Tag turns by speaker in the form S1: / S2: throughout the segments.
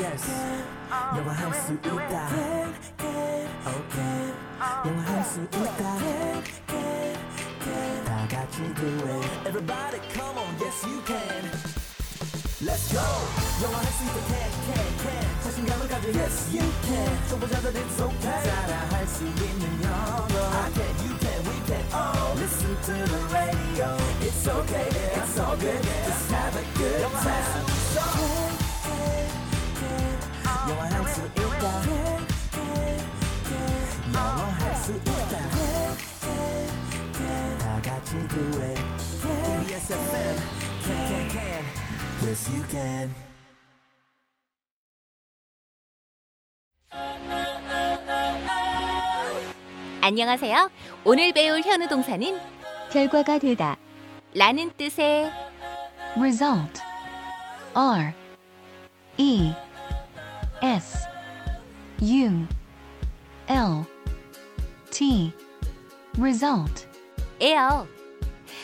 S1: yes 영화할 수 있다 okay 영화할 수 있다 다 같이 do it everybody come on yes you can Let's go 영화할 수 있다 can can can 자신감을 가져 yes you can 초보자들 it's okay 따라할 수 있는 영어 I can you can we can all listen to the radio it's okay yeah, it's all good just have a good time 영화할 수 있다 영화할 수 있다 다 같이 do it KBS FM can can can yes you can
S2: 안녕하세요. 오늘 배울 현우 동사는
S3: 결과가 되다
S2: 라는 뜻의
S3: result R E S U L T result
S2: 에요.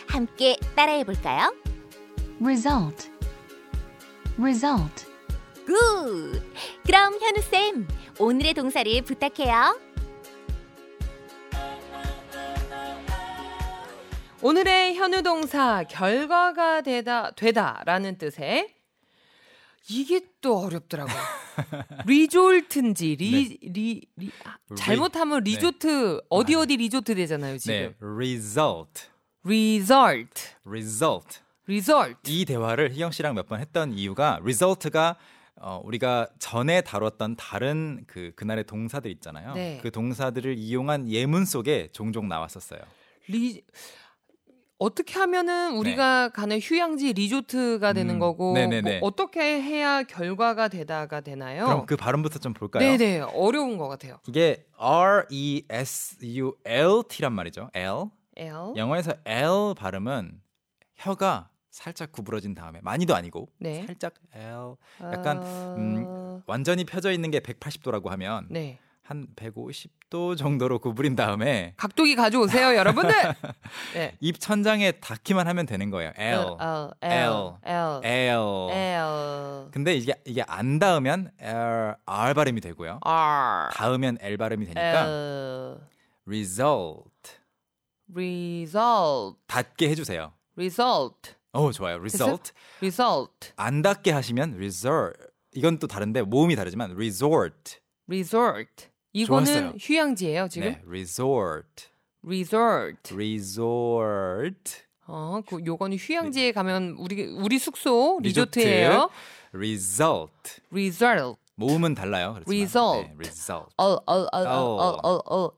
S2: 함께 따라해 볼까요?
S3: result result
S2: 굿! 그럼 현우쌤, 오늘의 동사를 부탁해요.
S4: 오늘의 현우 동사 결과가 되다 되다라는 뜻의 이게 또 어렵더라고요. 리졸트인지 리, 리, 리 아,
S5: 네. 리-
S4: 잘못하면
S5: 네.
S4: 리조트 어디
S5: 맞아요.
S4: 어디 리조트 되잖아요 지금.
S5: 네, result,
S4: result,
S5: result.
S4: result.
S5: 이 대화를 희영 씨랑 몇 번 했던 이유가 result가 어, 우리가 전에 다뤘던 다른 그 그날의 동사들 있잖아요.
S4: 네.
S5: 그 동사들을 이용한 예문 속에 종종 나왔었어요.
S4: 리 어떻게 하면은 우리가 가는 휴양지 리조트가 되는
S5: 네. 음,
S4: 거고
S5: 네네네.
S4: 뭐 어떻게 해야 결과가 되다가 되나요?
S5: 그럼 그 발음부터 좀 볼까요?
S4: 어. 네네 어려운 것 같아요.
S5: 이게 R E S U L T란 말이죠.
S4: 어?
S5: L.
S4: L
S5: 영어에서 L 발음은 혀가 살짝 구부러진 다음에 많이도 아니고
S4: 네.
S5: 살짝 L 약간,
S4: 어,
S5: 음, 완전히 펴져 있는 게 180도라고 하면
S4: 네
S5: 한 150도 정도로 구부린 다음에
S4: 각도기 가져오세요 여러분들. 네.
S5: 입 천장에 닿기만 하면 되는 거예요. L.
S4: L
S5: L,
S4: L 어, L
S5: L.
S4: L
S5: 근데 이게 이게 안 닿으면 R, R 발음이 되고요.
S4: R
S5: 닿으면 L 발음이 되니까
S4: L
S5: result
S4: result
S5: 닿게 해주세요.
S4: result
S5: 오 좋아요. result
S4: result
S5: 안 닿게 하시면 resort 이건 또 다른데 모음이 다르지만 resort
S4: resort 이거는
S5: 좋았어요.
S4: 휴양지예요 지금
S5: 네 resort
S4: resort
S5: resort
S4: 어, 그 요거는
S5: 네.
S4: 휴양지에 가면 우리 우리 숙소 리조트예요.
S5: result
S4: result
S5: 모음은 달라요. 그렇지만.
S4: Result. 어,
S5: 네, result 어.
S4: 얼 얼 얼 얼 얼 얼 어,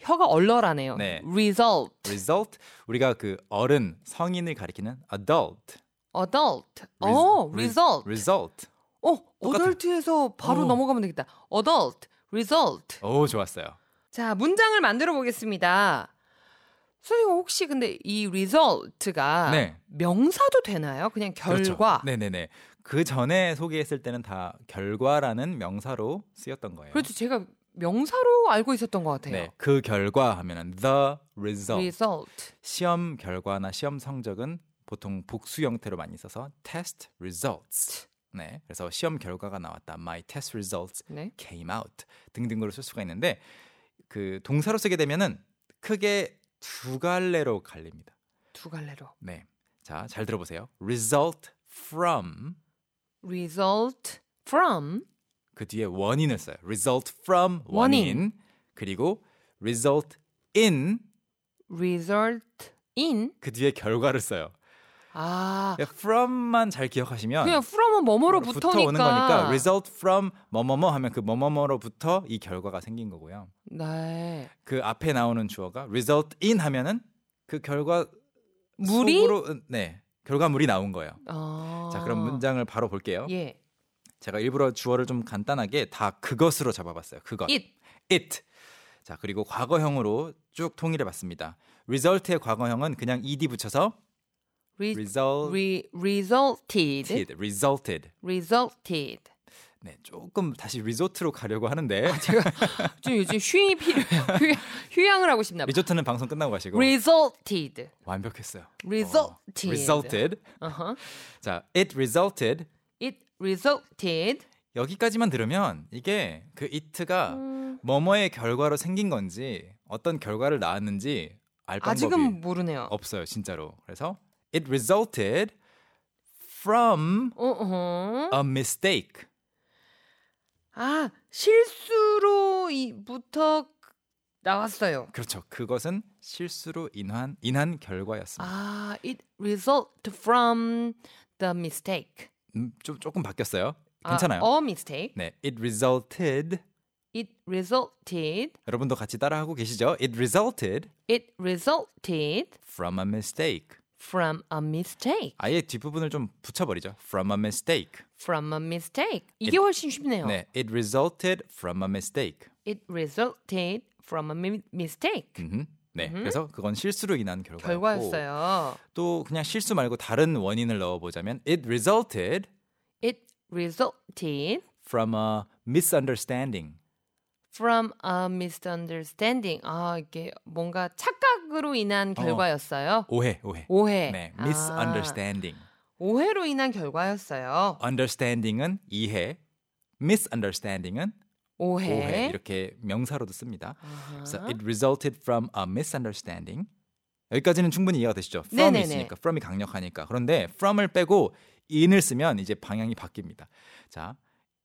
S4: 혀가 얼얼하네요.
S5: 네.
S4: result
S5: result 우리가 그 어른 성인을 가리키는 adult
S4: adult
S5: Res-
S4: 어
S5: re-
S4: result
S5: result
S4: 어,
S5: 똑같아.
S4: 어덜트에서 바로
S5: 어.
S4: 넘어가면 되겠다. 어덜트, 리졸트.
S5: 오 좋았어요.
S4: 자, 문장을 만들어 보겠습니다. 선생님 혹시 근데 이 리졸트가
S5: 네.
S4: 명사도 되나요? 그냥
S5: 그렇죠.
S4: 결과.
S5: 네네네. 그 전에 소개했을 때는 다 결과라는 명사로 쓰였던 거예요.
S4: 그렇죠. 제가 명사로 알고 있었던 것 같아요.
S5: 네, 그 결과 하면은 the result.
S4: 리졸트.
S5: 시험 결과나 시험 성적은 보통 복수 형태로 많이 써서 test results. 네, 그래서 시험 결과가 나왔다. My test results
S4: 네.
S5: came out 등등으로 쓸 수가 있는데 그 동사로 쓰게 되면은 크게 두 갈래로 갈립니다.
S4: 두 갈래로.
S5: 네, 자 잘 들어보세요. result from
S4: result from
S5: 그 뒤에 원인을 써요. result from
S4: 원인.
S5: 원인, 그리고 result in
S4: result in
S5: 그 뒤에 결과를 써요.
S4: 아,
S5: 그러니까 from만 잘 기억하시면
S4: 그냥 from은 뭐뭐로
S5: 그러니까 붙어 오는
S4: 붙으니까.
S5: 거니까 result from 뭐뭐뭐 하면 그 뭐뭐뭐로부터 이 결과가 생긴 거고요.
S4: 네.
S5: 그 앞에 나오는 주어가 result in 하면은 그 결과
S4: 물이
S5: 속으로 네 결과물이 나온 거예요.
S4: 아.
S5: 자 그럼 문장을 바로 볼게요.
S4: 예.
S5: 제가 일부러 주어를 좀 간단하게 다 그것으로 잡아봤어요. 그것
S4: it
S5: it. 자, 그리고 과거형으로 쭉 통일해 봤습니다. result의 과거형은 그냥 ed 붙여서
S4: re,
S5: resulted,
S4: re, resulted
S5: resulted.
S4: resulted
S5: 네, 조금 다시 리조트로 가려고 하는데
S4: 아, 좀 요즘 휴이 필요해요. 휴양- 휴양을 하고 싶나 봐.
S5: 리조트는 방송 끝나고 가시고
S4: resulted
S5: 완벽했어요.
S4: resulted.
S5: resulted.
S4: 어허.
S5: 자, it resulted
S4: it resulted
S5: 여기까지만 들으면 이게 그 it가 뭐뭐의 결과로 생긴 건지 어떤 결과를 낳았는지 알 방법이
S4: 아직은 뭐- 모르네요.
S5: 없어요 진짜로. 그래서 it resulted from
S4: 어, 어.
S5: a mistake.
S4: 아 실수로 이부터 나왔어요.
S5: 그렇죠. 그것은 실수로 인한 인한 결과였습니다.
S4: 아, it result from the mistake.
S5: 음, 좀 조금 바뀌었어요. 괜찮아요.
S4: 아, a mistake.
S5: 네, it resulted.
S4: It resulted.
S5: 여러분도 같이 따라하고 계시죠? It resulted
S4: It resulted
S5: from a mistake.
S4: from a mistake.
S5: 아예 뒷부분을 좀 붙여버리죠. From a mistake.
S4: From a mistake. 이게 훨씬 쉽네요.
S5: 네, it resulted from a mistake.
S4: It resulted from a mi- mistake.
S5: 음, 네, 그래서 그건 실수로 인한 결과였고
S4: 결과였어요.
S5: 또 그냥 실수 말고 다른 원인을 넣어보자면 it resulted
S4: It resulted
S5: from a misunderstanding.
S4: from a misunderstanding. 아, 이게 뭔가 착각으로 인한 결과였어요.
S5: 오해, 오해.
S4: 오해.
S5: 네,
S4: 아,
S5: misunderstanding.
S4: 오해로 인한 결과였어요.
S5: understanding은 이해, misunderstanding은
S4: 오해.
S5: 오해 이렇게 명사로도 씁니다. 그래서 it resulted from a misunderstanding. 여기까지는 충분히 이해가 되시죠? from이
S4: 네네네.
S5: 있으니까 from이 강력하니까. 그런데 from을 빼고 in을 쓰면 이제 방향이 바뀝니다. 자,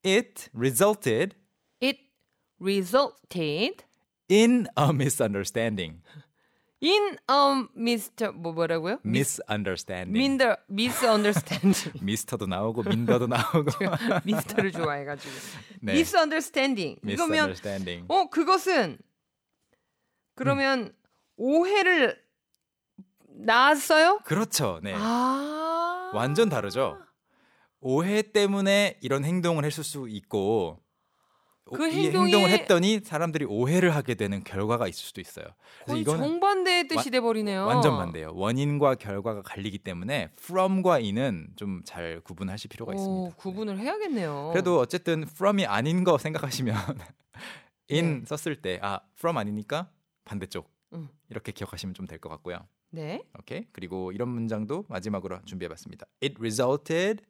S5: it resulted
S4: It resulted
S5: in a misunderstanding.
S4: in a mister 뭐 뭐라고요?
S5: misunderstanding.
S4: Minder misunderstanding.
S5: 미스터도 나오고 민더도 나오고.
S4: 미스터를 좋아해가지고
S5: 네.
S4: misunderstanding. 이거면
S5: misunderstanding.
S4: 어 그것은 그러면
S5: 음.
S4: 오해를 낳았어요?
S5: 그렇죠. 네.
S4: 아
S5: 완전 다르죠. 오해 때문에 이런 행동을 했을 수 있고 오-
S4: 그
S5: 이
S4: 행동이-
S5: 행동을 했더니 사람들이 오해를 하게 되는 결과가 있을 수도 있어요. 그래서
S4: 거의
S5: 이거는
S4: 정반대의 뜻이
S5: 완-
S4: 돼버리네요.
S5: 완전 반대예요. 원인과 결과가 갈리기 때문에 from과 in은 좀 잘 구분하실 필요가
S4: 오,
S5: 있습니다. 네.
S4: 구분을 해야겠네요.
S5: 그래도 어쨌든 from이 아닌 거 생각하시면 in
S4: 네.
S5: 썼을 때 아 from 아니니까 반대쪽
S4: 음.
S5: 이렇게 기억하시면 좀 될 것 같고요.
S4: 네
S5: 오케이 그리고 이런 문장도 마지막으로 준비해봤습니다. It resulted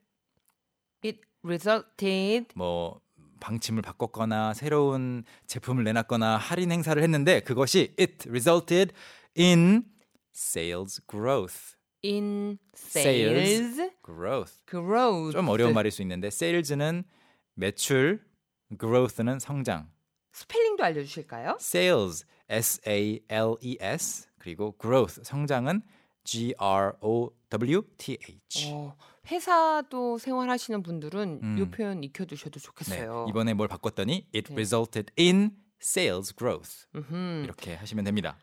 S4: it resulted
S5: 뭐 방침을 바꿨거나 새로운 제품을 내놨거나 할인 행사를 했는데 그것이 it resulted in sales growth.
S4: in
S5: Sales.
S4: sales
S5: growth.
S4: growth.
S5: 좀 어려운 말일 수 있는데 sales는 매출, growth는 성장.
S4: 스펠링도 알려주실까요?
S5: sales s a l e s 그리고 growth 성장은 g r o w t h.
S4: 어, 회사도 생활하시는 분들은
S5: 네. 음.
S4: 이 표현 익혀두셔도
S5: 네,
S4: 좋겠어요.
S5: 이번에 뭘 바꿨더니 it
S4: 네.
S5: resulted in sales growth.
S4: 음흠.
S5: 이렇게 하시면 됩니다.